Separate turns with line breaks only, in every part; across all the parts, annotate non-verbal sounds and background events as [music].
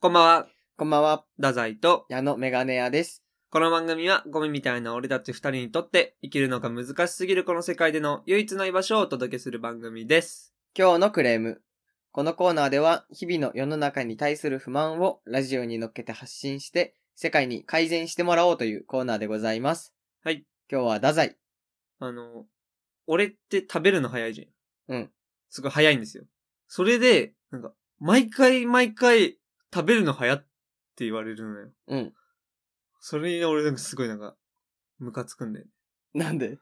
こんばんは、
こんばんは、
ダザイと、
矢野メガネ屋です。
この番組はゴミみたいな俺たち二人にとって生きるのが難しすぎるこの世界での唯一の居場所をお届けする番組です。
今日のクレーム。このコーナーでは、日々の世の中に対する不満をラジオに乗っけて発信して、世界に改善してもらおうというコーナーでございます。
はい。
今日は太宰。
あの、俺って食べるの早いじゃん。
うん。
すごい早いんですよ。それで、なんか、毎回毎回食べるの早って言われるのよ。
うん。
それに俺なんかすごいなんか、ムカつくんだよね。
なんで
い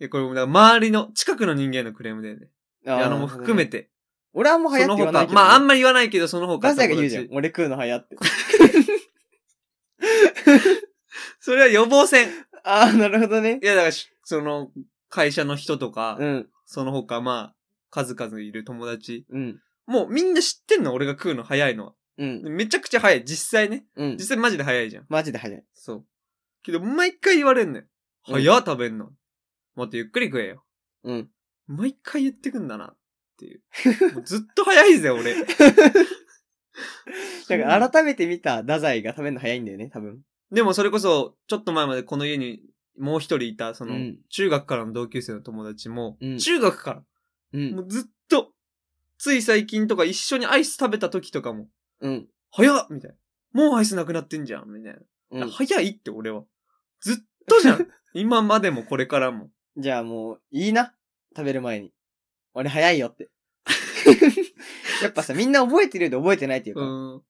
や、これもだから周りの、近くの人間のクレームだよね。
あ
あの、も含め
て。
て。
俺はもう
そ
早って
の
言わな
他、
いけど、
まああん
ま。
まり言わないけど、その他
太宰が言うじゃん
友。達
俺食うの早って。 [laughs]
それは予防線。
ああ、なるほどね
い。や、だからし、その、会社の人とか、
うん、
その他、まあ、数々いる友達。
うん、
もうみんな知ってんの俺が食うの早いのは。
うん、
めちゃくちゃ早い。実際ね。
うん
実。際マジで早いじゃん。
マジで早い。
そう。けど、毎回言われんのよ。
うん
早っ食べんの。もっとゆっくり食えよ。
うん。
毎回言ってくんだな。っていう。もうずっと早いぜ、
[laughs]
俺。
だから改めて見た太宰が食べるの早いんだよね、多分。
でもそれこそ、ちょっと前までこの家にもう一人いた、その、
うん
中学からの同級生の友達も、
うん
中学から、
う
もう
ん、
ずっと、つい最近とか一緒にアイス食べた時とかも、
うん、
早っみたいな。もうアイスなくなってんじゃんみたいな。
うん。
早いって俺は。ずっとじゃん
[laughs]
今までもこれからも。
じゃあもう、いいな。食べる前に。俺早い
[laughs]
よって。やっぱさ、みんな覚えてるようで覚えてないっていう
う
か。
ん。うん。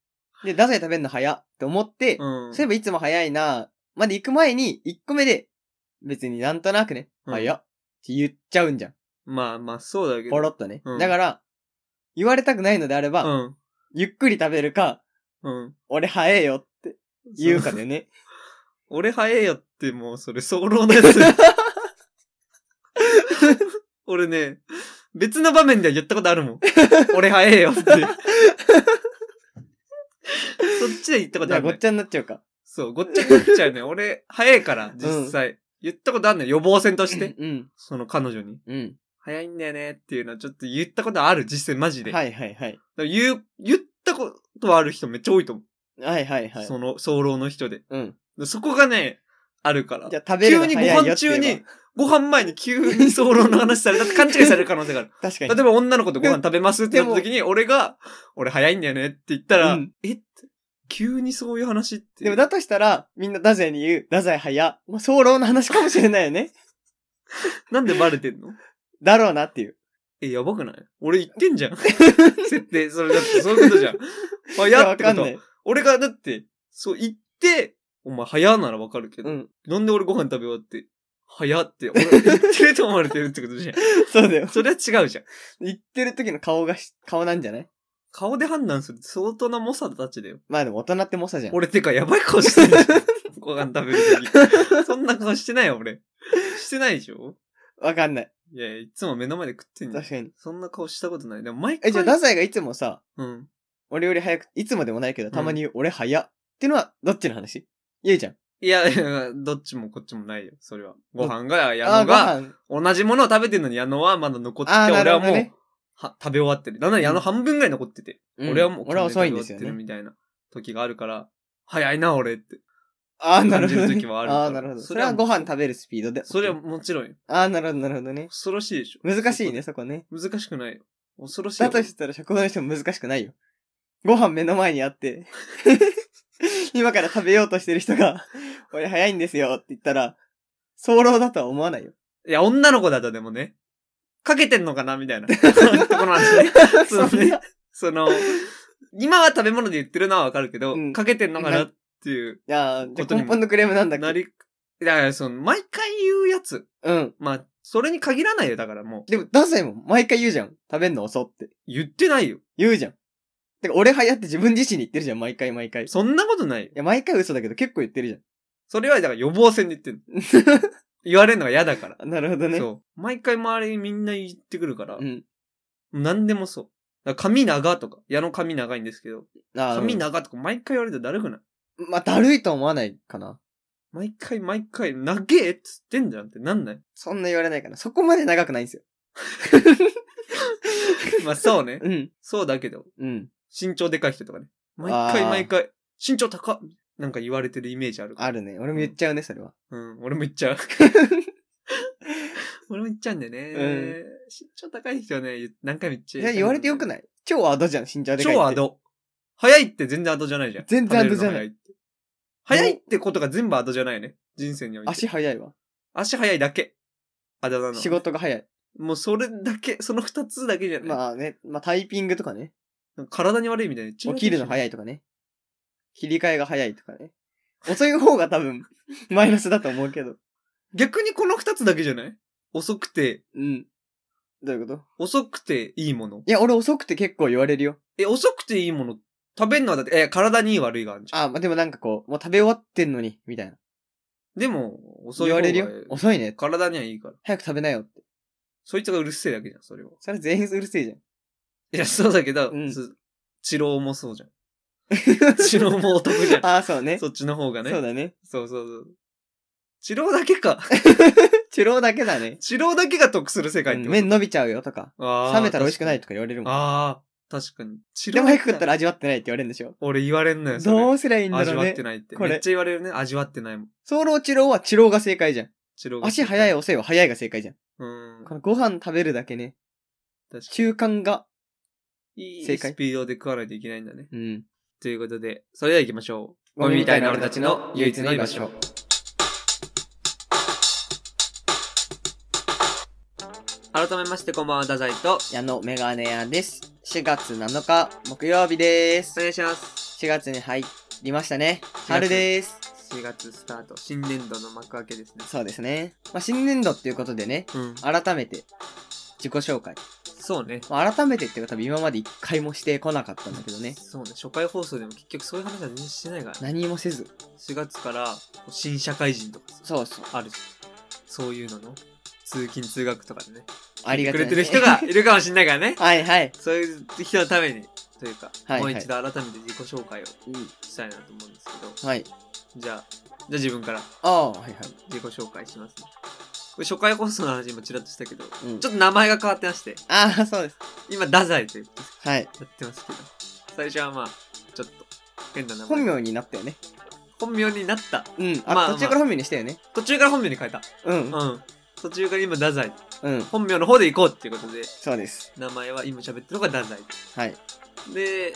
で、ダザイ食べるの早って思って、そういえばいつも早いなまで行く前に、1個目で、別になんとなくね、
うん
早っって言っちゃうんじゃん。
まあまあそうだけど。
ポロッとね。
うん
だから、言われたくないのであれば、
うん。
ゆっくり食べるか、
うん。
俺早えよって言うか
そ
でね。
俺早えよってもうそれ早漏のや
[laughs]
つ。俺ね、別の場面では言ったことある
[laughs]
もん。俺早えよって。そっちで言ったこ
じ
と
ゃ
あ
あ
る、
ごっちゃになっちゃうか。
そう、ごっちゃになっちゃう
[laughs]
ね。俺、早いから、実際。言ったことあるのよ予防線として。
うん、
その彼女に。
うん。
早いんだよねっていうのはちょっと言ったことある、実際マジで。
はいはいはい。
だから言う、言ったことはある人めっちゃ多いと思。
はいはいうはい。
その、早漏の人で。
うん。
そこがね、あるから
じ。ゃあ食べるの
急に
早いよって言えば。
ご飯中にご飯前に急に早漏の話さ
[laughs]
れたって勘違いされる可能性がある。
確か
例
に
え。ば女の子とご飯食べますってなった時に、俺が、俺早いんだよねって言ったら、
うん
えって急にそういう話って。
でもだとしたら、みんなダザイに言う、ダザイ早。まあ、早漏の話かもしれないよね。 [laughs]
なんでバレてんの
だろうなっていう。
え、やばくない俺言ってんじ
[laughs]
ゃん。設定、それだって、そういうことじゃん。
い
早ってこ
わかんな
と。
い。
俺がだって、そう言って、お前早ならわかるけど、 [laughs]
うん。
なんで俺ご飯食べ終わって、早って、俺言ってると思われてるってこと
[laughs]
じゃん。
そうだよ。
それは違うじゃん。
言ってる時の顔がし、顔なんじゃない
顔で判断するって相当な猛者たちだよ。
まあでも大人って猛者じゃん。
俺てかやばい顔して
[laughs]
るじゃん。ご飯食べるとき。そんな顔してないよ、俺。してないでしょ
わかんない。
いや、いつも目の前で食ってんじゃん
確。かに。
そんな顔したことない。でも毎回。
え、じゃあダザイがいつもさ、
うん。
俺より早く、いつもでもないけど、たまに言う、俺早ってのは、どっちの話言うじゃん。
いや、いや [laughs] どっちもこっちもないよ、それは。ご飯が、矢野
あー、
が、
ご飯。
同じものを食べてんのに矢野はまだ残ってて、
あーな
俺
る
は
ほど
もう、
ね
は食べ終わってる。なんなら矢野半分ぐらい残ってて、
うん
俺はもう、
俺は遅いんですよ
食べ終わってる
ね。
みたいな時があるから、早いな、俺って。
あー、なるほど
感じる
ね。
時もあるから
あー、なるほど。
そ
そ
れ
れ
は
はご飯食べるスピードで。
それは。もちろんよ。
あー、なるほど、なるほどね。
恐ろしいでしょ。
難しいね、そこね。
難しくないよ。恐ろしいよ
だ。としたら食堂にしても難しくないよ。ご飯目の前にあ
[laughs]
って、今から食べようとしてる人が、俺早いんですよって言ったら、早漏だとは思わないよ。
いや、女の子だとでもね、かけてんのかな、みた
[laughs]
いな。ところなんですね。 [laughs] その
そん
ね
な、
その、今は食べ物で言ってるのはわかるけど、
うん
かけてんのかなっていう、
いやーじゃ
こと
あ
に
根
も
本のクレームなんだっ
な
け
り、だからその、毎回言うやつ。
うん。
まあ、それに限らないよ、だからもう。
でも、ダサイも毎回言うじゃん。食べんの遅って。
言ってないよ。
言うじゃん。てか、俺早って自分自身に言ってるじゃん、毎回毎回。い
そんなことないよ。
や、毎回嘘だけど結構言ってる
[laughs]
じゃん
それは、だから予防線で言ってんの。言われるのが嫌だから。
あ。なるほどね。う。
そう。毎回周りにみんな言ってくるから、
ん。
何でもそう。だから髪長とか、矢の髪長いんですけど、
あー
髪長とか毎回言われたらだるくない
うんまあ、だるいとは思わないかな。
毎回毎回、長えっつってんじゃんってなんない [laughs]
そんな言われないかな。そこまで長くないんですよ。
まあそうね。
うん。
そうだけど、
うん。
身長でかい人とかね。毎回
あー
毎回、身長高っなんか言われてるイメージあるから。
あるね。俺も言っちゃうね、それは。
うん、俺も言っち
[laughs]
ゃう。俺も言っちゃうんだよね。
うん
身長高い人はね、言何回も言っち
い
ゃう。
や、言われてよくない超アドじゃん、身長でかいって。
超ア。ド。早いって全然アドじゃないじゃん。
全然アドじゃな
食べるの早
い
いって。早いってことが全部アドじゃないね。人生において。
足早いわ。
足早いだけ。あだなの。
仕事が早い。
もうそれだけ、その二つだけじゃない。
まあね、まあタイピングとかね。
体に悪いみたいな。
起きるの早
い。
いとかね。切り替えが早いとかね。遅い方が多分、 [laughs] マイナスだと思うけど。
逆にこの二つだけじゃない遅くて、
うん。どういうこと
遅くていいもの。
いや、俺遅くて結構言われるよ。
え、遅くていいもの、食べるのはだって、え、体にいい悪いがあるじゃん。
あ、まあ、でもなんかこう、もう食べ終わってんのに、みたいな。
でも、遅い
言
方
わ
が
れるよ。遅いね。
体にはいいから。
早く食べなよって。
そいつがうるせえだけじゃん、それは。
それ全員うるせえじゃん。
いや、そうだけど、
うん
す治療もそうじゃん。 [laughs] 治療もお得 [laughs]
[laughs]
じゃん。
ああ、そうね。
そっちの方がね。
そうだね。
そうそうそう。治療だけ
[laughs]
か。
チュローだけだね。
治療だけが得する世界ってこと、
麺伸びちゃうよとか。
あー
冷めたら美味しくないとか言われるもん。
ああ、確かに。治
でも早く食った
ら。
ら味わってないって言われるんでしょ。
俺言われんのよ、それ
どうすりゃいいんだ
味
ろう
わっ
ね
て。ないって。
これ
めっちゃ言われるね。味わってないもん。
ソロチローはチローが正解じゃん。
治療が
足早い遅いは早いが正解じゃん。
うん。
このご飯食べるだけね。
確か
中間が。
に。いい
正解
スピードで食わないといけないんだね。
うん。
ということで、それでは行きましょう。ゴミみたいな俺たちの唯一の居場所。。改めまして、こんばんは、太宰と。
矢野メガネ屋です。4月7日木曜日です
お。願いします。
4月に入りましたね。春です。
4月スタート、新年度の幕開けですね。
そうですね。まあ、新年度っていうことでね、
うん。
改めて自己紹介。
そうね。
まあ、改めてっていうか多分今まで一回もしてこなかったんだけどね。
そうね。初回放送でも結局そういう話は全然してないからね。
何もせず。
4月から新社会人とかさ
そうそう。
あるじゃんそういうのの通勤通学とかでね
ありが
く
とう、
れてる人が。いるかもしんない
[laughs]
からね
はいはい。
そういう人のためにというか、
はいはい
もう一度改めて自己紹介を
うん。
したいなと思うんですけど
はい。
じゃあじゃあ自分から
ああ、はいはい。
自己紹介しますねこれ初回放送の話今ちらっとしたけど、
うん
ちょっと名前が変わってまして
ああ、そうです。
今太宰ということで
はい。
やってますけど最初はまあちょっと変な名前
本名になったよね。
本名になった
うん。あ、
まあ
途中から本名にしたよね。
途中から本名に変えた
うん。
うん途中から今太宰
うん。
本名の方で行こうっていうことで
そうです。
名前は今喋ってるのが太宰
はい。
で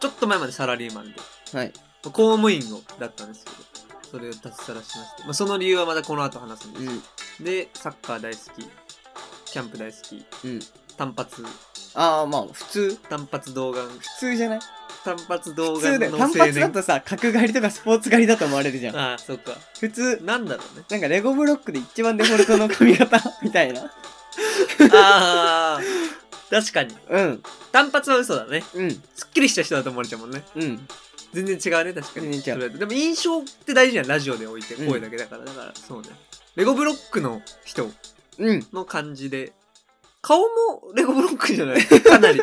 ちょっと前までサラリーマンで
はい。
公務員をだったんですけどそれを脱サラしまして、まあ、その理由はまたこの後話すんで
う
す、
ん。
でサッカー大好きキャンプ大好き
うん。
単発
ああ、まあ、普通。
単発動画
普通じゃない
単発動
普
画
通だ
の
よ。
青
単発だ
年
とさ、角刈りとかスポーツ刈りだと思われるじゃん。
ああそっか
普通、
なんだろうね
なんかレゴブロックで一番デフォルトの髪型みたいな。
ああ確かに
[laughs] うん。
単発は嘘だね
うん。
すっきりした人だと思われちゃうもんね
うん。
全然違うね確かに
全然違う
それだとでも印象って大事じゃんラジオで置いて
うん
声だけだから、だからそうねレゴブロックの人
うん。
の感じで顔もレゴブロックじゃないかな
[laughs]
り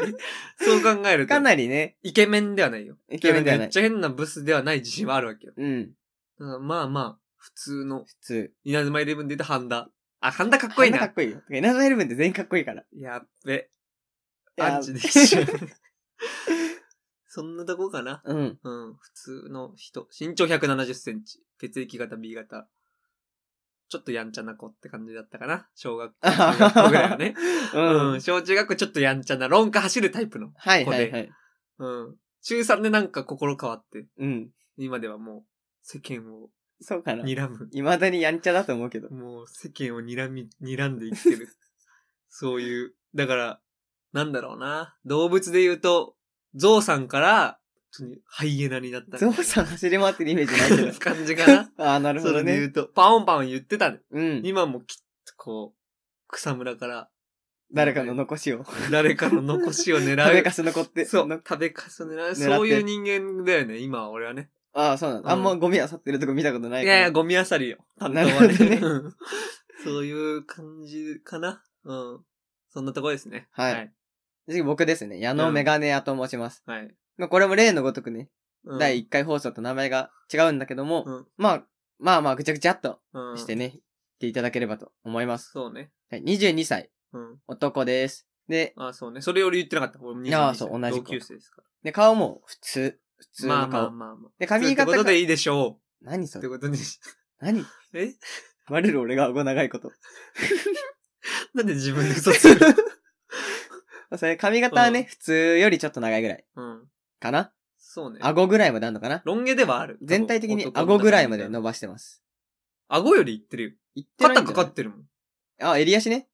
そう考えると
かなりね、
イケメンではないよ
イケメンではな
めっ
い。
ちゃ変なブスではない自信はあるわけよ
うん。
だからまあまあ普通の
普通。
稲妻イレブンで言ったハンダあハンダかっこいい
あんか
な
っこいいよ。エナザイレブンって全員かっこいいから。
やっべ
やっべ
アンチできちゃう [laughs] そんなとこかな
[laughs] うん。
うん、普通の人。身長170センチ。血液型 B 型。ちょっとやんちゃな子って感じだったかな。小学校
あはは
中学校ぐらいは
[laughs]
ね。
う
うんん、。小中学校ちょっとやんちゃな、論下走るタイプの。
はいはいはい。
うん。中3でなんか心変わって、
うん。
今ではもう世間を
そうかな。
睨む。
いまだにやんちゃだと思うけど。
もう世間を睨み、睨んで生きて
[laughs]
る。そういう。だから、なんだろうな。動物で言うと、ゾウさんから、普通にハイエナになった。
ゾウさん走り回ってるイメージないけど
感じかな。
[laughs] ああ、なるほ
[laughs] そ
ど
れで言
ね。
うと、パオンパオン言ってたね。
うん。
今もきっとこう、草むらから
誰かの残しを。
誰かの残しを狙う。
食べかす残って。
そう
の。
食べかすを狙う。
って
そういう人間だよね、今は俺はね。
ああ、そうなん
うん
だ。あんまゴミ漁ってるとこ見たことない
い
から。
やいや、ゴミ漁りよ。担当は
なるほどね
うんそういう感じかな。うん。そんなとこですね。
はい
はい。
次僕ですね。矢
う
野
ん
メガネ屋と申します。
はい
まあこれも例のごとくね、
うん
第1回放送と名前が違うんだけども、
うん
まあ、まあまあ、ぐちゃぐちゃっと
うん
してね、言っていただければと思います。
そうね。
はい、22歳、
うん。
男です。で、
あ、そうね。それより言ってなかった。俺も22歳
いやそう同じ
同
く
級生ですか
で顔も普通。普通
まあ
の
まあ
顔。
まあまあ。
で、
髪
髪
型
型
ってこと
か
でいいでしょ
何
う。っ
そ
て
れ
ことに。
[laughs] 何
え
バレる俺が顎長いこと。
なんで自分で嘘
[laughs]
つく
それ髪型はね、
うん
普通よりちょっと長いぐらい。
うん。
かな
そうね。
顎ぐらいまであんのかな
ロン毛ではある。
全体的に
多分
顎ぐらいまで。
男の中
伸ばしてます。
顎よりいってるよ。
いってないん
肩
じゃな
か
い
かってるもん。い
あ、襟足ね。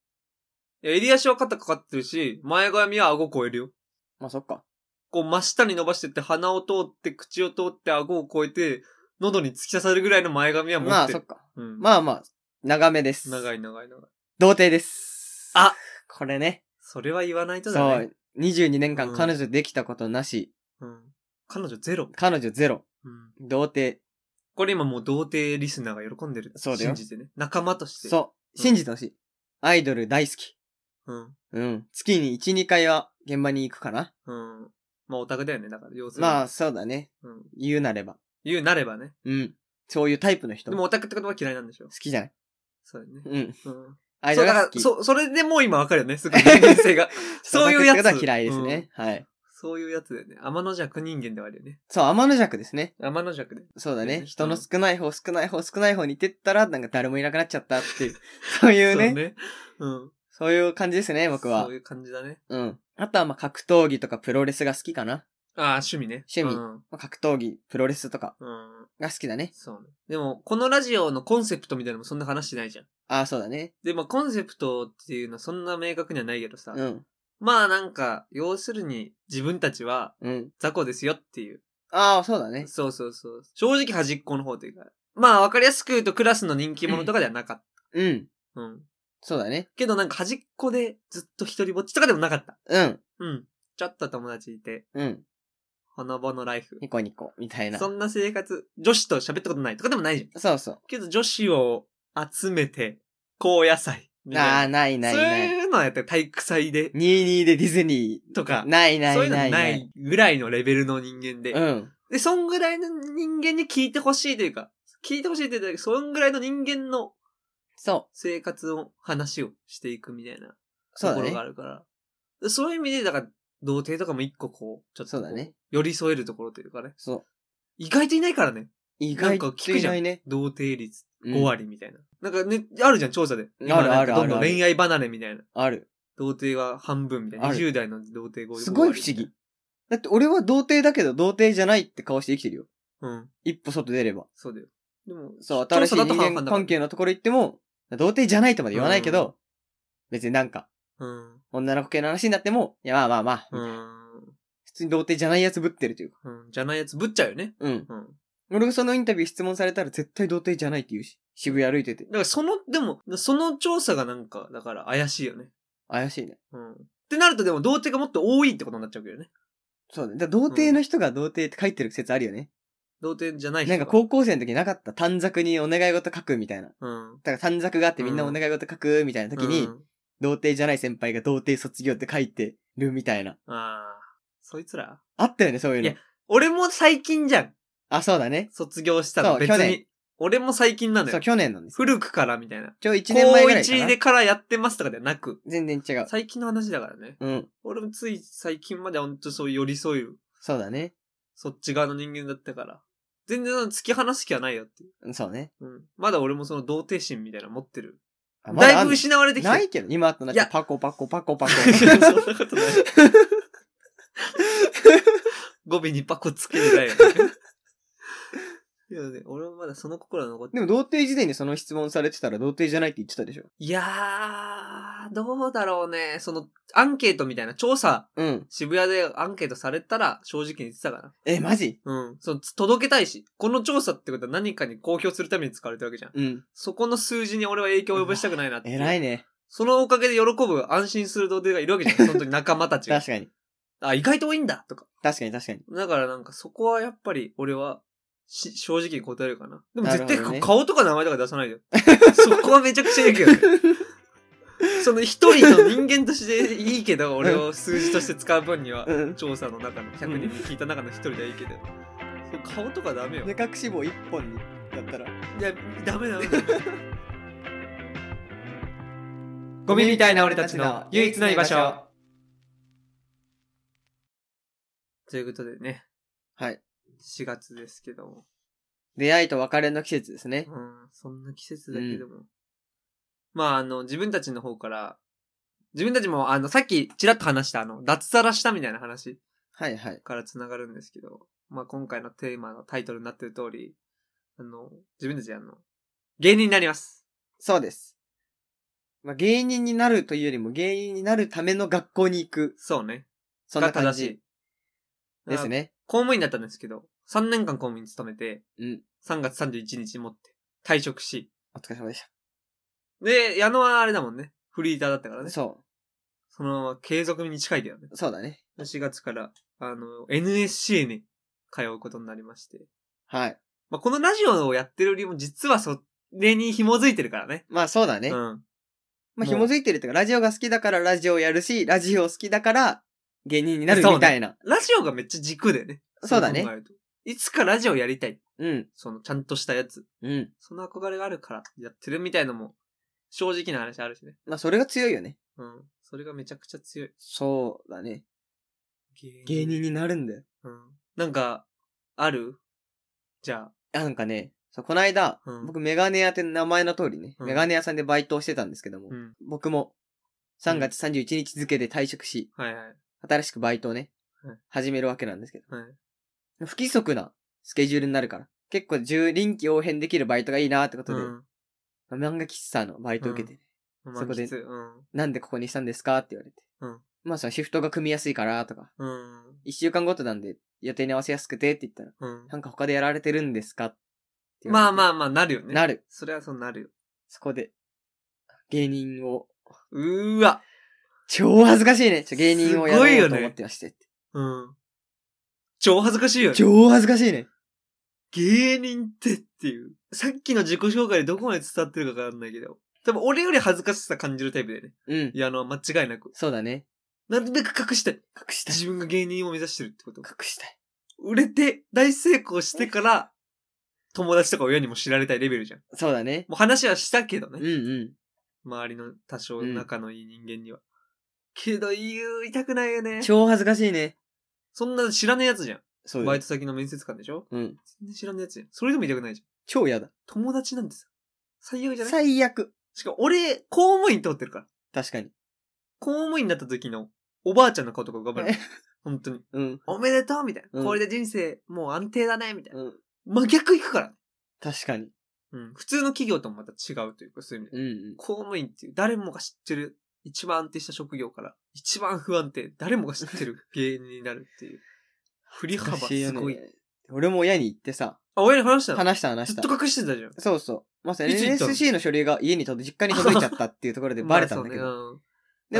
や、襟足は肩かかってるし、前髪は顎超えるよ。
まあそっか。
こう真下に伸ばしてって、鼻を通って、口を通って、顎を越えて、喉に突き刺さるぐらいの前髪は持ってる。
まあそっか。
うん。
まあまあ、長めです。
長
い。
い長い長い。
童貞です。
あ
これね。
それは言わないと
そ
だね。
う。22年
う
間
ん
彼女できたことなし。
うん。彼女ゼロ。
彼女ゼロ。
うん。
童貞。
これ今もう童貞リスナーが喜んでる。
そうだよ
信じてね。仲間として。
そう。信じてほしい。アイドル大好き。
う。うん。
うん。月に1、2回は現場に行くかな。
うん。まあオタクだよね、だから、要するに。
まあ、そうだね。
うん。
言うなれば。
言うなればね。
うん。そういうタイプの人。
で
好
もオタクって言葉嫌いなんでしょ
きじゃない
そうだよね。
うん。
うん。
アイド
そう、だ
ル
か
が
ら
好、き。
そ、それでもう今わかるよね。すぐ人間性が。 [laughs] そういうやつ
オタクってことは嫌いですね。はい。
そういうやつだよね。天の弱人間ではあるよね。
そう、天の弱ですね。
天の弱で。
そうだ
ね
ね。人の少ない方、少ない方、少ない方に行ってったら、なんか誰もいなくなっちゃったっ
[laughs]
ていう。そういうね。
うん。
そういう感じですね、僕は
そう。いう感じだね。
うん。あとは、まあ、格闘技とかプロレスが好きかな。
ああ、趣味ね。
趣味
うん
まあ、格闘技、プロレスとか
うん。
が好きだね。
そうね。でも、このラジオのコンセプトみたいなのもそんな話してないじゃん。
ああ、そうだね。
で、まあ、コンセプトっていうのはそんな明確にはないけどさ。
うん。
まあ、なんか、要するに、自分たちは
うん。
雑魚ですよっていう。
ああ、そうだね。
そうそうそう。正直端っこの方というか。まあ、わかりやすく言うとクラスの人気者とかではなかっ
うん。
た。うん。
そうだね。
けどなんか端っこでずっと一人ぼっちとかでもなかった。
うん。
うん。ちょっと友達いて、
うん。
ほのぼのライフ。
ニコニコ、みたいな。
そんな生活、女子と喋ったことないとかでもないじゃん。
そうそう。
けど女子を集めて、高野菜み
あ
た
あ、
いな。
ないない
そう
ない。
いうのはやったら体育祭で、
22でディズニ
とか
ー。、ないな
そうい
いう
の
ない
な
ないい。
ぐらいのレベルの人間で、
うん。
で、そんぐらいの人間に聞いてほしいというか、聞いてほしいというか、そんぐらいの人間の
そう。
生活の話をしていくみたいな
そ
とこ
うだ
ろがあ
ね。
るから。でそういう意味で、だから、童貞とかも一個こう、ちょっと
そう
こ
だね。
寄り添えるところというかね。
そう。
意外といないからね。
意外
なん
と
か聞く
い
じゃん
ないね。
童貞率
うん
5割みたいな。なんかね、あるじゃん、調査で。
あるあるある
今
ある
なんかどんどん恋愛離れみたいな。
ある。
童貞が半分みたいな。
ある
20代の童貞5
すごい不思議。。だって俺は童貞だけど童貞じゃないって顔して生きてるよ。
うん。
一歩外出れば。
そうだよ。でも、
そう、新しい
調査だと
人
半々
間
だから
関係のところ行っても、童貞じゃないとまで言わないけど、別になんか、
うん。
女の子系の話になっても、いや、まあまあまあ、
うん。
普通に童貞じゃないやつぶってるというか。
うん。じゃないやつぶっちゃうよね。
うん。
うん。
俺がそのインタビュー質問されたら絶対童貞じゃないって言うし、渋谷歩いてて
だ。からその、でも、その調査がなんか、だから怪しいよね。
怪しいね。
うん。ってなるとでも童貞がもっと多いってことになっちゃうけどね。
そうね。だから童貞の人が童貞って書いてる説あるよね。
童貞じゃない人
な
が
んか高校生の時なかった短冊にお願い事書くみたいな。だ
う。うん。
から短冊があってみんなお願い事書くみたいな時に、
うん
童貞じゃない先輩が童貞卒業って書いてるみたいな。
ああ。そいつら
あったよね、そういう
い
の
や。俺も最近じゃん。
あ、そうだね。
卒業したの。
そう
別
去
に
年。
俺も最近なの
そう、
よ。
去年なんです。
古くからみたいな。
ちょ、1年前ぐらい
高
か
1
な
で。からやってますとかではなく、
全然違う。
最近の話だからね。
うん。
俺もつい最近までほんとそう寄り添える、
そうだね。
そっち側の人間だったから。全然突き放す気はないよっていう。
うんそうね。
うん。まだ俺もその童貞心みたいなの持ってる。
あま
だ
あ
い
ん
ぶ
の
失われてきた。
ないけど、今とな
い
って
や
パコパコパコパコ。
[laughs] そんなことない。語尾にパコつけてないよね。いやね、俺もまだその心は残って
でも童貞時代にその質問されてたら童貞じゃないって言ってたでしょ。
いやー、どうだろうね。その、アンケートみたいな調査、
うん。
渋谷でアンケートされたら正直に言ってたか
え、マジ
な。うん。その、届けたいし、この調査ってことは何かに公表するために使われてるわけじゃん。
うん。
そこの数字に俺は影響を及ぼしたくないなっていう。
偉いね。
そのおかげで喜ぶ、安心する童貞がいるわけじ
[laughs]
ゃん。その時仲間たちが
確。かに。
あ、意外と多いんだとか。
確かに確かに。
だからなんかそこはやっぱり俺はし正直に答えるかな。でも
なる
絶
ほどね
対か、顔とか名前とか出さないでよ。 [laughs] そこはめちゃくちゃいいけど
[laughs]
ね。その一人の人間としていいけど、俺を数字として使う分には、
うん。
調査の中の100人に聞いた中の一人ではいいけど、そう顔とかダメよ。
目隠し棒一本にだったら。
いや、ダメダメダメ。 [laughs] ゴミみたいな俺たちの唯一の居場所。ということでね、
はい。
4月ですけども。
出会いと別れの季節ですね。
うん、そんな季節だけども。まあ、あの、自分たちの方から、自分たちも、あの、さっきちらっと話した、あの、脱サラしたみたいな話
はいはい。
から繋がるんですけど、まあ、今回のテーマのタイトルになってる通り、あの、自分たち、あの、芸人になります。
そうです。まあ、芸人になるというよりも芸人になるための学校に行く。
そうね。
そんな
が
感
正し
じ
い。
ですね。
公務員だったんですけど、3年間公務員勤めて、
うん
3月31日持って、退職し。
お疲れ様でし
で、矢野はあれだもんね。フリーターだったから
た。
ね。
そ
そのまま継続に近いだよね。
う。そうだね。
4月から、あの、NSC に通うことになりまして。
はい。
まあ、このラジオをやってるよりも、実はそれに紐づいてるからね。
まあそうだね。
うん。
まあ
もう
紐づいてるというか、ラジオが好きだからラジオをやるし、ラジオ好きだから芸人になるみたいな。
ラジオがめっちゃ軸でね。
そうだね
考えると。いつかラジオやりたい。
うん。
その、ちゃんとしたやつ。
うん。
その憧れがあるから、やってるみたいのも、正直な話あるしね。
まあそれが強いよね。
うん。それがめちゃくちゃ強い。
そうだね。
芸
芸人になるんだよ。
うん。なんか、あるじゃあ。
なんかね、そうこの間、
うん
僕メガネ屋って名前の通りね、
うん
メガネ屋さんでバイトをしてたんですけども、
うん。
僕も3月31日付で退職し、
はいはい。
新しくバイトをね
うん、
始めるわけなんですけど、
はい。
不規則なスケジュールになるから、結構重臨機応変できるバイトがいいなってことで、
うん。
漫画喫茶のバイトを受けてね、
まあ
そこで
きついうん。
なんでここにしたんですかって言われて、
うん
まあそのシフトが組みやすいからとか、
うん。
1週間ごとなんで予定に合わせやすくてって言ったら、
うん。
なんか他でやられてるんですかって言わ
ま
れて
あまあまあ、なるよね。
なる。
それはそうなるよ。
そこで、芸人を、
うーわ。
超恥ずかしいね。ちょ芸人をや
すごい
ろ
よ
うと
ね
思ってましてって。
うん。超恥ずかしいよね。
超恥ずかしいね。
芸人ってっていう。さっきの自己紹介でどこまで伝わってるかわかんないけど。多分俺より恥ずかしさ感じるタイプだよね。
うん
い。や、あの、間違いなく。
そうだね。
なるべく隠したい。
隠したい。
自分が芸人を目指してるってこと。
隠したい。
売れて、大成功してから、友達とか親にも知られたいレベルじゃん。
そうだね。
もう話はしたけど
う
ね
ん。うん。
周りの多少仲のいい人間には。けど言いたくないよね。
超恥ずかしいね。
そんな知らねえやつじゃん。
そう
バイ
よ
ト先の面接官でしょ
うん。
全然知らねえやつじゃん。それでも言いたくないじゃん。
超嫌だ。
友達なんてさ。最悪じゃない
最悪。
しかも俺、公務員通ってるから。
確かに。
公務員になった時のおばあちゃんの顔とか浮かばない。本当に。
うん。
おめでとうみたいな。
うん
これで人生もう安定だねみたいな。
うん。
真逆行くから。
確かに。
うん。普通の企業ともまた違うというか、そういう意味で。
うんうん。
公務員っていう誰もが知ってる、一番安定した職業から、一番不安定、誰もが知ってる芸人になる
[laughs]
っていう。振り幅
恥ずかし
すごい。
よね。俺も親に言ってさ、
あ、親に話したの
話した話
ず
し
ったと。隠してたじゃん。
そうそう。まさに
いつ言ったの
NSC の書類が家に届実家に届いちゃったっていうところでバレたんだけど。
ど。
で、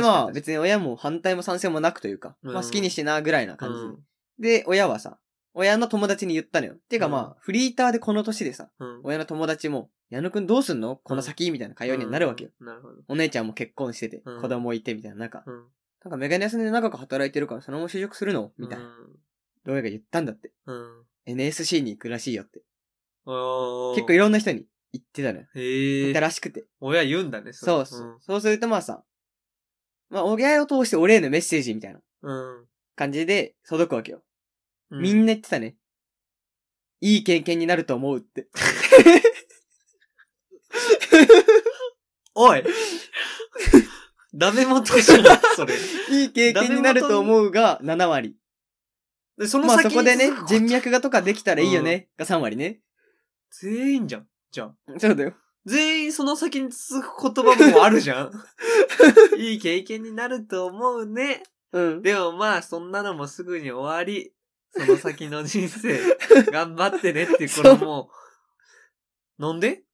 確か
まあ
に確かに
別に親も反対も賛成もなくというか、
うん
まあ好きにしてなぐらいな
そう
感
ね
じで。
うん
で、親はさ、親の友達に言ったのよ。ていうかまあ、フリーターでこの年でさ、
うん。
親の友達も、矢野くんどうすんのこの先みたいな会話になるわけよ。
うん。なるほど。
お姉ちゃんも結婚してて、
うん
子供いてみたいな中、
うん。
なんかメガネ屋さんで長く働いてるからそのまま就職するのみたいな。親が言ったんだって。
うん。うん。
NSC に行くらしいよって。
おー
結構いろんな人に言ってたのよ。
へ
言った
え。
らしくて。
親言うんだね、れ
そうそう。。そうするとまあさ、まあ、親を通して俺へのメッセージみたいな
うん。
感じで届くわけよ。
う
みんな言ってたね。いい経験になると思う
[laughs]
って。 [laughs]
おいダメ元じゃん、それ。
いい経験になると思うが7割。
で、その
まあ
先
そ
に
こでね
続く、
人脈がとかできたらいいよね、が3割ね。
全員じゃん。じゃあ。
そうだよ。
全員その先に続く言葉もあるじ
[laughs]
ゃん。いい経験になると思うね。
うん。
でもまあ、そんなのもすぐに終わり、その先の人
[laughs]
生、頑張ってねって、これもう、なんで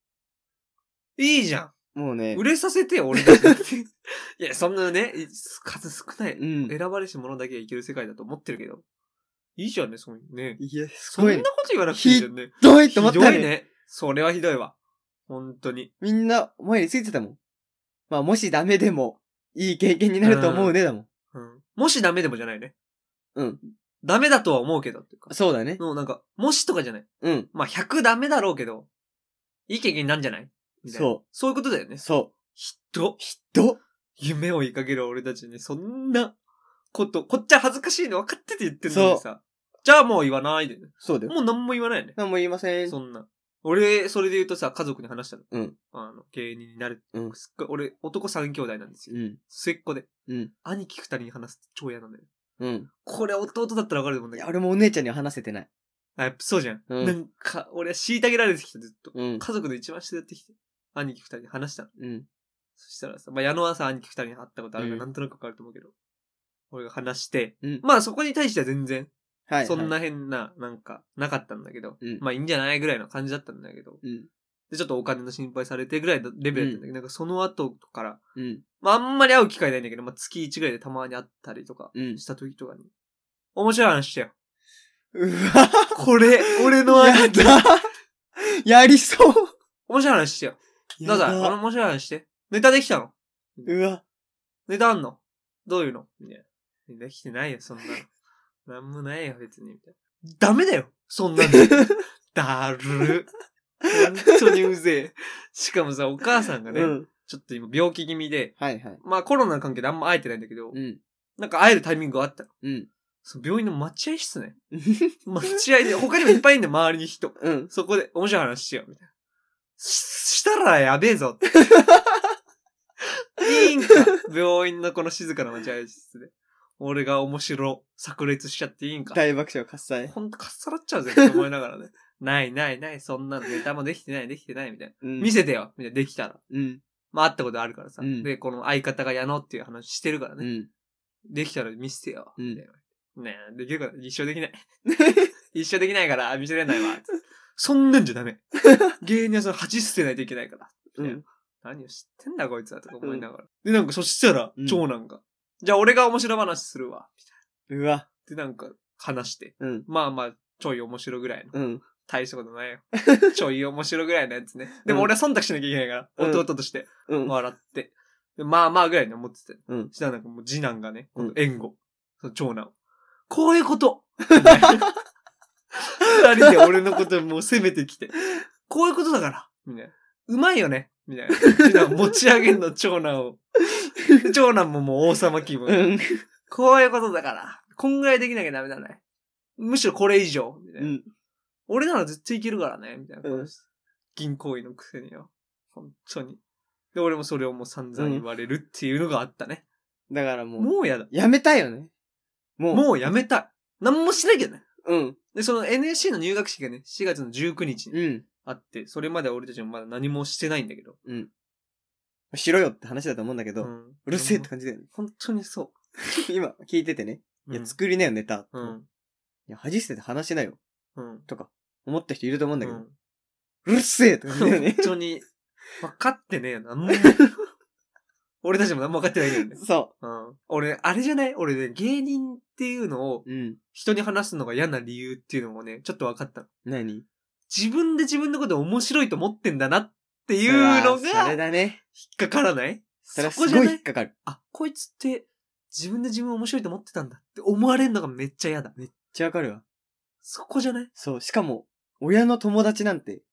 いいじゃ。
もうんね
売。れさせてよ、俺だ
[laughs]
って。いや、そんなね、数少ない、
うん。
選ばれし者だけがいける世界だと思ってるけど。いいじゃんね、そういうね。
いや、す
そん
ご
ない
ね
こ。と言わなくていいじゃんね。
どういっ
ひ
て思
ど
った
い
ね。
ね。それはひどいわ。本当に。
みんな、お前についてたもん。まあ、もしダメでも、いい経験になると思うね、だもん。
うん。もしダメでもじゃないね。
うん。
ダメだとは思うけどっていうか。
そうだね。
もうなんか、もしとかじゃない。
うん。
まあ、100ダメだろうけど、いい経験になんじゃないみたいな。。
そう
そういうことだよね。
そ
ひどっ
う。。ひどっ
夢を追いかける俺たちにそんなこと、こっちは恥ずかしいの分かってて言ってんのにさ。じゃあもう言わないでね。
そうだよ。
もう何も言わないよね。
何も言いません。
そんな。俺、それで言うとさ、家族に話したの。
うん
あの、芸人になる。
うん
すっごい俺、男三兄弟なんですよ。
うん。
末っ子で。
うん。
兄貴二人に話すって超嫌なんだよ。
うん。
これ弟だったらわかると思うんだ
い
け
や、
ど。
俺もお姉ちゃんには話せてない。
あ、やっぱそうじゃん。
うん
なんか、俺は虐げられてきた、ずっと。
うん。
家族で一番下やってきて。兄貴二人に話したの。
うん。
そしたらさ、まあ、矢野はさ、兄貴二人に会ったことあるから、
うん
なんとなくわかると思うけど。俺が話して。
うん。
まあ、そこに対しては全然、
はい。
そんな
はい。
変な、なんか、なかったんだけど、
うん
まあいいんじゃないぐらいの感じだったんだけど、
うん。
で、ちょっとお金の心配されてぐらいのレベルだったんだけど、なんかその後から、
うん。
まああんまり会う機会ないんだけど、まあ月1ぐらいでたまに会ったりとか
うん。
した時とかに、面白い話してよ。
うわ
これ、 [laughs] 俺の
や
兄貴、
だやりそう
面白い話してよ。どうだ、俺面白い話して。ネタできたの
うわ。
ネタあんのどういうのみたいな。できてないよ、そんなの。 [laughs] なんもないよ、別に。みたいな。ダメだよそんなの。
[laughs]
だる。本当にうぜえ。しかもさ、お母さんがね、
うん。
ちょっと今病気気味で、
はいはい。
まあコロナの関係であんま会えてないんだけど、
うん。
なんか会えるタイミングがあったの。
うん。
その病院の待合室ね。待合で、他にもいっぱいいんだよ、周りに人。
うん。
そこで面白い話しよう、みたいな。ししたらやべえぞ
[laughs]
って。いいんか病院のこの静かな待合室で。俺が面白、炸裂しちゃっていいんか
大爆笑喝采。
ほんとかっさらっちゃうぜって思いながらね。 [laughs] ないないない、そんなのネタもできてない、できてない、みたいな。
うん
見せてよみたいな、できたら。
うん。
まあ、会ったことあるからさ。
うん
で、この相方が矢野っていう話してるから
う
ね。
ん。
できたら見せてよ。
うん
みたいなねえ、できるから一生でき [laughs] ない。一生できないから見せれ [laughs] ないわ。そんなんじゃダメ。芸人はその恥捨てないといけないから。
うん。
何を知ってんだこいつはとか思いながら。で、なんかそしたら
うん、
長男が、じゃあ俺が面白話するわ。
うわ。
で、なんか話して。
うん。
まあまあ、ちょい面白ぐらいの。
うん。
大したこと [laughs] ないよ。ちょい面白ぐらいのやつね。でも俺は忖度しなきゃいけないから、
うん
弟として
う
[laughs]
ん。
笑って。でまあまあぐらいに思ってて。
うん。
したらなんかもう次男がね、
うん
今度援護。その長男。こういう
[laughs]
こと二人で俺のこともう責めてきて。こういうことだからみたいな。うまいよねみたいな。次男持ち上げんの、長男を。で長男ももう王様気
う
分。
ん。
こういうことだから。こんぐらいできなきゃダメだね。むしろこれ以上。みたいうな。
ん。
俺なら絶対いけるからね。みたいな
うん。
銀行員のくせによ。本当に。で、俺もそれをもう散々言われるっていうのがあったね。
だからもう、
もうやだ。
やめたいよね。もう。
もうやめたい。何もしなきゃね。
うん。
で、その NSC の入学式がね、4月の19日に
うん。
あって、それまで俺たちもまだ何もしてないんだけど。
うん。しろよって話だと思うんだけど、うんるせえって感じだよね。
本当にそ
今、聞いててね。
う。
いや、
うん
作りなよ、ネタ。
う
い
ん。
や、恥捨てて話しなよ。
うん。
とか、思った人いると思うんだけ
う
ど
ん、
うるせえって感じだよ
本
[laughs] ね。
当に、分かってねえよ、何
[laughs]
も。俺たちも何も分かってないけどね。
そ
うん。俺、あれじゃない俺ね、芸人っていうのを
う。うん。
人に話すのが嫌な理由っていうのもね、ちょっと分かったの。
何
自分で自分のことを面白いと思ってんだなっていうの
それはそ
が、引っ
れだね。
かからない
それは
そ
す
こじゃ
ごい
な
引
い
っかかる。
あ、こいつって自分で自分面白いと思ってたんだって思われるのがめっちゃ嫌だ。
めっちゃわかるわ。
そこじゃない
そう。しかも、親の友達なんて、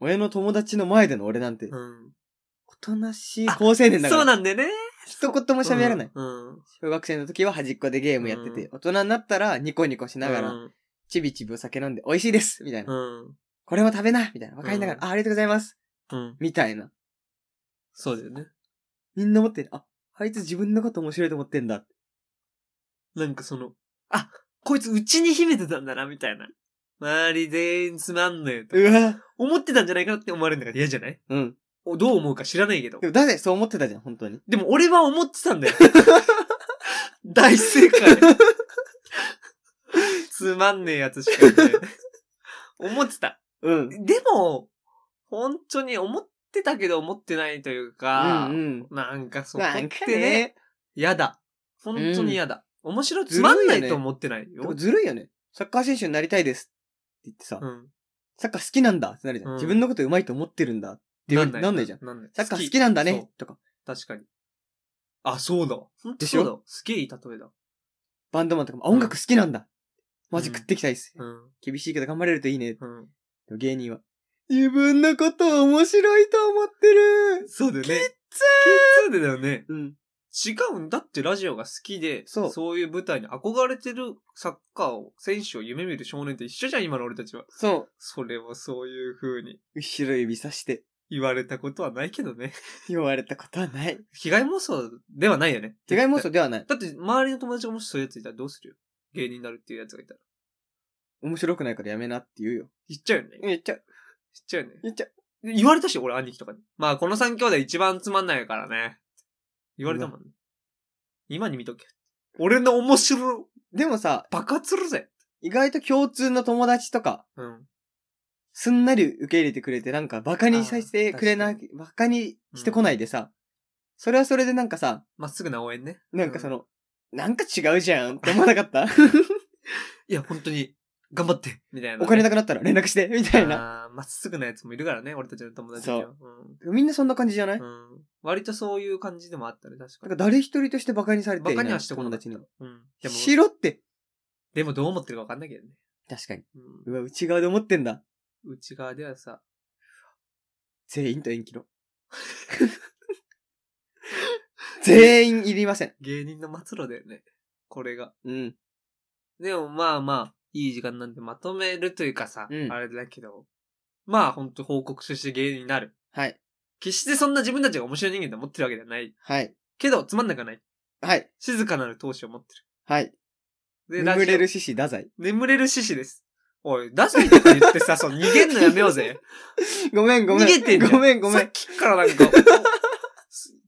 親の友達の前での俺なんて、
うん。
おとなしい高青年だか
そう
ら、
なんだよね。
一言も喋らない。
うん。うん
小学生の時は端っこでゲームやってて、大人になったらニコニコしなが
う
ら、
ん。
ちびちびお酒飲んで、美味しいですみたいな。
うん。
これも食べなみたいな。わかりながら、
うん
あ、ありがとうございます
うん。
みたいな。
そうだよね。
みんな思ってる。あ、あいつ自分のこと面白いと思ってんだ。
なんかその、あ、こいつうちに秘めてたんだな、みたいな。周り全員つまんねえと。
うわ
思ってたんじゃないかなって思われるのが嫌じゃない
うん。
おどう思うか知らないけど
で。も、だぜ、そう思ってたじゃん、本当に。
でも俺は思ってたん
[laughs]
だよ。大正解。つまんねえやつしかいない。思ってた。
うん。
でも、本当に思ってたけど思ってないというか、
うんうん。
なんかそこ
なん
っ
か
てね、
ね。
嫌だ。本当に嫌だ。面白い、
ずる
つ
いよ
ま
ね
んないと思ってないよ。
でもずるいよね。サッカー選手になりたいですって言ってさ、
うん。
サッカー好きなんだってなるじゃん。
うん
自分のこと上手いと思ってるんだっていうなんないじゃん。。
なんない。
サッカー好きなんだ
そ
ね
う。
とか、
確かに。あ、そうだわ。本当
でしょ
そうだわ。すげえいい例えだ。
バンドマンとかも、あ、音楽好きなんだ。マジ食っていきたいっす。
うん。
厳しいけど頑張れるといいね。で
うん。
も芸人は。自分のことを面白いと思ってる。
そうだよね。きつーだよね。
うん。
違うんだってラジオが好きで、
そう
いう舞台に憧れてるサッカーを、選手を夢見る少年と一緒じゃん、今の俺たちは。
そ
それをそういう風に
う。後ろ指さして
言われたことはないけどね。 [laughs]
言われたことはない。
被害妄想ではないよね。
被害妄想ではない。
だって、周りの友達がもしそういうやついたらどうするよ。芸人になるっていうやつがいたら。
面白くないからやめなって言うよ。
言っちゃうよね。言っ
言っちゃう。
ちゃうよね。
言っちゃう。
で言われたし、俺兄貴とかに。まあ、この3兄弟一番つまんないからね。言われたもんね。今に見とけ。俺の面白、
でもさ、
爆発するぜ。
意外と共通の友達とか、
うん。
すんなり受け入れてくれて、なんかバカにさせてくれ
あ
な
ー確、
バカにしてこないでさ、それはそれでなんかさ、
まっすぐな応援ね。
なんかそ
の、
の、なんか違うじゃんって思わなかっ
[laughs]
た
いや、本当に、頑張って、みたいなね、
お金な
く
くなったら連絡して、みたいな。
まっすぐなやつもいるからね、俺たちの友達には。う
みんなそんな感じじゃない、
ん。うん。割とそういう感じでもあったね、確か
なん
に
か。誰一人としてバカにされていない。
バカにはしてこな
友
かった
達には。
うん。でも、
しろって。
でもどう思ってるかわかんないけどね。
確かに。
う
うわ、内側で思ってんだ。
ん。内側ではさ、
全員と延
[laughs]
期の。全員いりません。
芸人の末路だよね。これが。
うん。
でもまあまあ、いい時間なんでまとめるというかさ、
うん
あれだけど、まあほんと報告書して芸人になる。
はい。
決してそんな自分たちが面白い人間と思ってるわけではない。
はい。
けど、つまんなくはない。
はい。
静かなる闘志を持って
はい。
る。で、ラジオ
眠れる獅子、太宰。
眠れる獅子です。おい、ダサいとか言って
[laughs]
さ、そう、逃げんのやめようぜ。
ごめん、ごめん。
逃げてんじゃん
ごめん、ごめ
さっ
ん。
きからなんか、お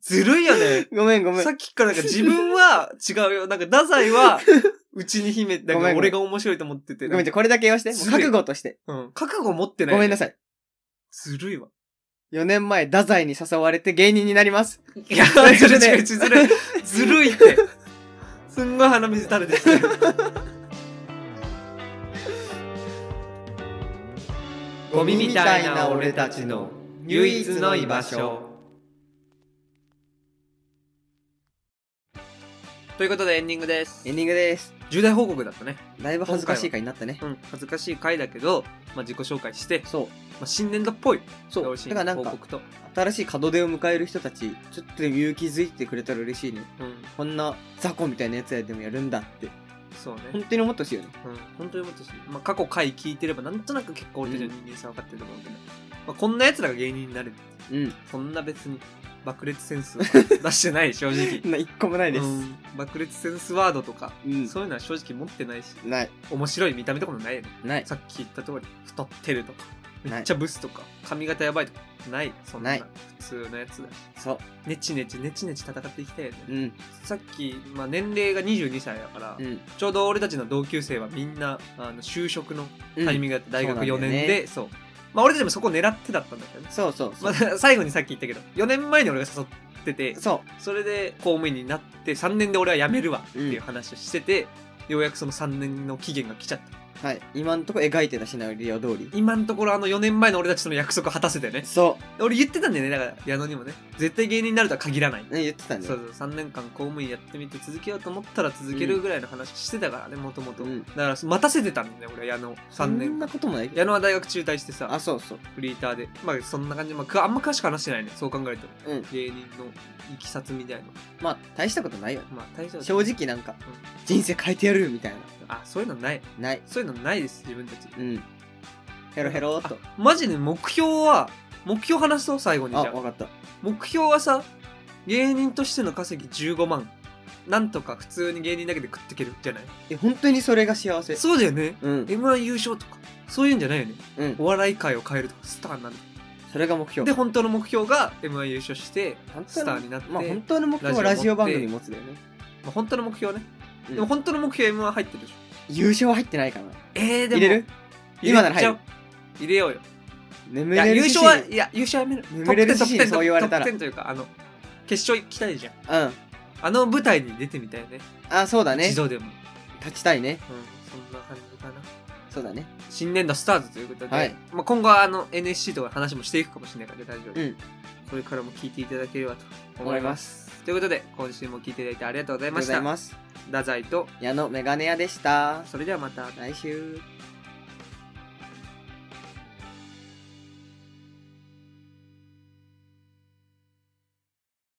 ずるいよね。
ごめん、ごめん
さ。っきからなんか自分は違うよ。なんか、ダサい
[laughs]
は、うちに秘めて、なん
ごめ
か
んごめん
俺が面白いと思ってて。
ごめん、じゃあこれだけ言わして。もう覚悟として。
うん。覚悟持ってない。
ごめんなさい。
ずるいわ。
4年前、太宰に誘われて芸人になります。
いや、
というこ
ず
と
る
で
い、 [laughs] ずるい。ずるいって。すんごい鼻水垂れてき
[laughs]
てる。ゴミみたいな俺たちの唯一の居場所。ということでエンディングです
エ。ンディングです。
重大報告だったね。
だいぶ恥ずかしい回になったね。
うん、恥ずかしい回だけど、まあ、自己紹介して、
そう。
まあ、新年度っぽい。
そう。
新
だからな
年
ん
度報
か、
告と。
新しい門出を迎える人たち、ちょっとでも勇気づいてくれたら嬉しいね。
うん、
こんな雑魚みたいなやつやでもやるんだって。
そうね。
本当に思ってほしいよね。
うん、本当に思ったし、まあ、過去回聞いてればなんとなく結構俺たちの人間性分かってると思うけど、まあ、こんな奴らが芸人になる
うん。
そんな別に爆裂セン [laughs] スは出してない正直
な一個もないです。
うん爆裂センスワードとか、
うん。
そういうのは正直持ってないし
ない。
面白い見た目とかもないよね
ない。
さっき言った通り太ってるとか
な
め
い
っち。ゃブスとか髪型やばいとかないそんな
ない
普通のやつだ
そう。
ネチネチネチネチ戦っていきたいよね、
うん。
さっき、まあ、年齢が22歳だから、
うん。
ちょうど俺たちの同級生はみんなあの就職のタイミングだった、大学
そうな
4
んだよ
年
ね
でそう,、まあ俺たちもそこ狙ってだったんだけどね、
そうそうそ
ま
う。
あ、最後にさっき言ったけど4年前に俺が誘ってて
そ
それで公務員になって3年で俺は辞めるわっていう話をしてて、ようやくその3年の期限が来ちゃった
う。はい。今んとこ描いてたシナリオ通り。
今のところあの4年前の俺たちとの約束果たせてね
そ
俺言ってたんだよねだから矢野にもね絶対芸人になるとは限らない、
う。ね、言ってたんだ
そ
よ。
うそう3年間公務員やってみて続けようと思ったら続けるぐらいの話してたからねもともと
うん
だから待たせてたんだよね俺は矢野3
そん
年
な
間
こともない。
矢野は大学中退してさ
あ、そうそう。
フリーターでまあそんな感じ、まあく、あんま詳しく話してないねそう考えると
うん。
芸人のいきさつみたいな
まあ、大したことないよ。
まあ大丈夫
正直なんか
うん、
人生変えてやるみたいな。
あそういうのない
ない。
そういうのないです自分たち
うん。ヘロヘロっと。
マジで目標は目標話そう最後にじ
あ、
ゃあ
わかった。
目標はさ芸人としての稼ぎ15万なんとか普通に芸人だけで食っていけるじゃない
え、本当にそれが幸せ。
そうだよね
うん。
m 1優勝とかそういうんじゃないよね
うん。
お笑い界を変えるとかスターになるとか
それが目標。
で本当の目標が m 1優勝して
本当の
スターになって、
まあ、
ま
本当の目標はラ
ラ
ジ
ジ
オ
オ持っ
番
て
組持つだよね。
あ本当の目標ね、
うん
でも本当の目標 m 1入ってるでしょ
優勝は入ってないかな。
えー、でも
入れる今なら入る
入れちゃう入れようよ
眠
いや
れる
優
獅子
勝はいや優勝はやめる
眠れる
トップ
自身
10
そう言われたら
トップ10というかあの決勝行きたいじゃん
うん。
あの舞台に出てみたいね
あ、そうだね
一。度でも、うん、
立ちたいね。
そんな感じかな
そうだね。
新年度スタートということで、
はい
まあ、今後はあの NSC とかの話もしていくかもしれないから大丈夫、
うん
これからも聞いていただければと
思
思
い
い
ま
ます
す。
ということで今週も聞いていただいてありがとうござ
あり
い
がとう
ま
ご
し
ざい
た
ます。
太宰と
矢野メガネ屋でした。
それではまた
来週。